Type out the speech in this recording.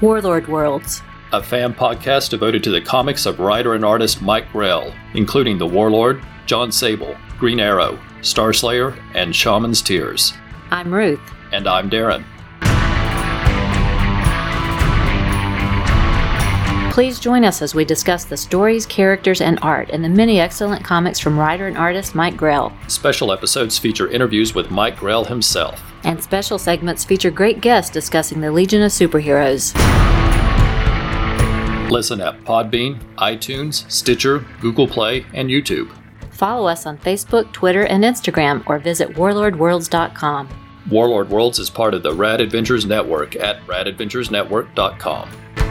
Warlord Worlds, a fan podcast devoted to the comics of writer and artist Mike Grell, including The Warlord, John Sable, Green Arrow, Star Slayer, and Shaman's Tears. I'm Ruth. And I'm Darren. Please join us as we discuss the stories, characters, and art in the many excellent comics from writer and artist Mike Grell. Special episodes feature interviews with Mike Grell himself. And special segments feature great guests discussing the Legion of Superheroes. Listen at Podbean, iTunes, Stitcher, Google Play, and YouTube. Follow us on Facebook, Twitter, and Instagram, or visit warlordworlds.com. Warlord Worlds is part of the Rad Adventures Network at radadventuresnetwork.com.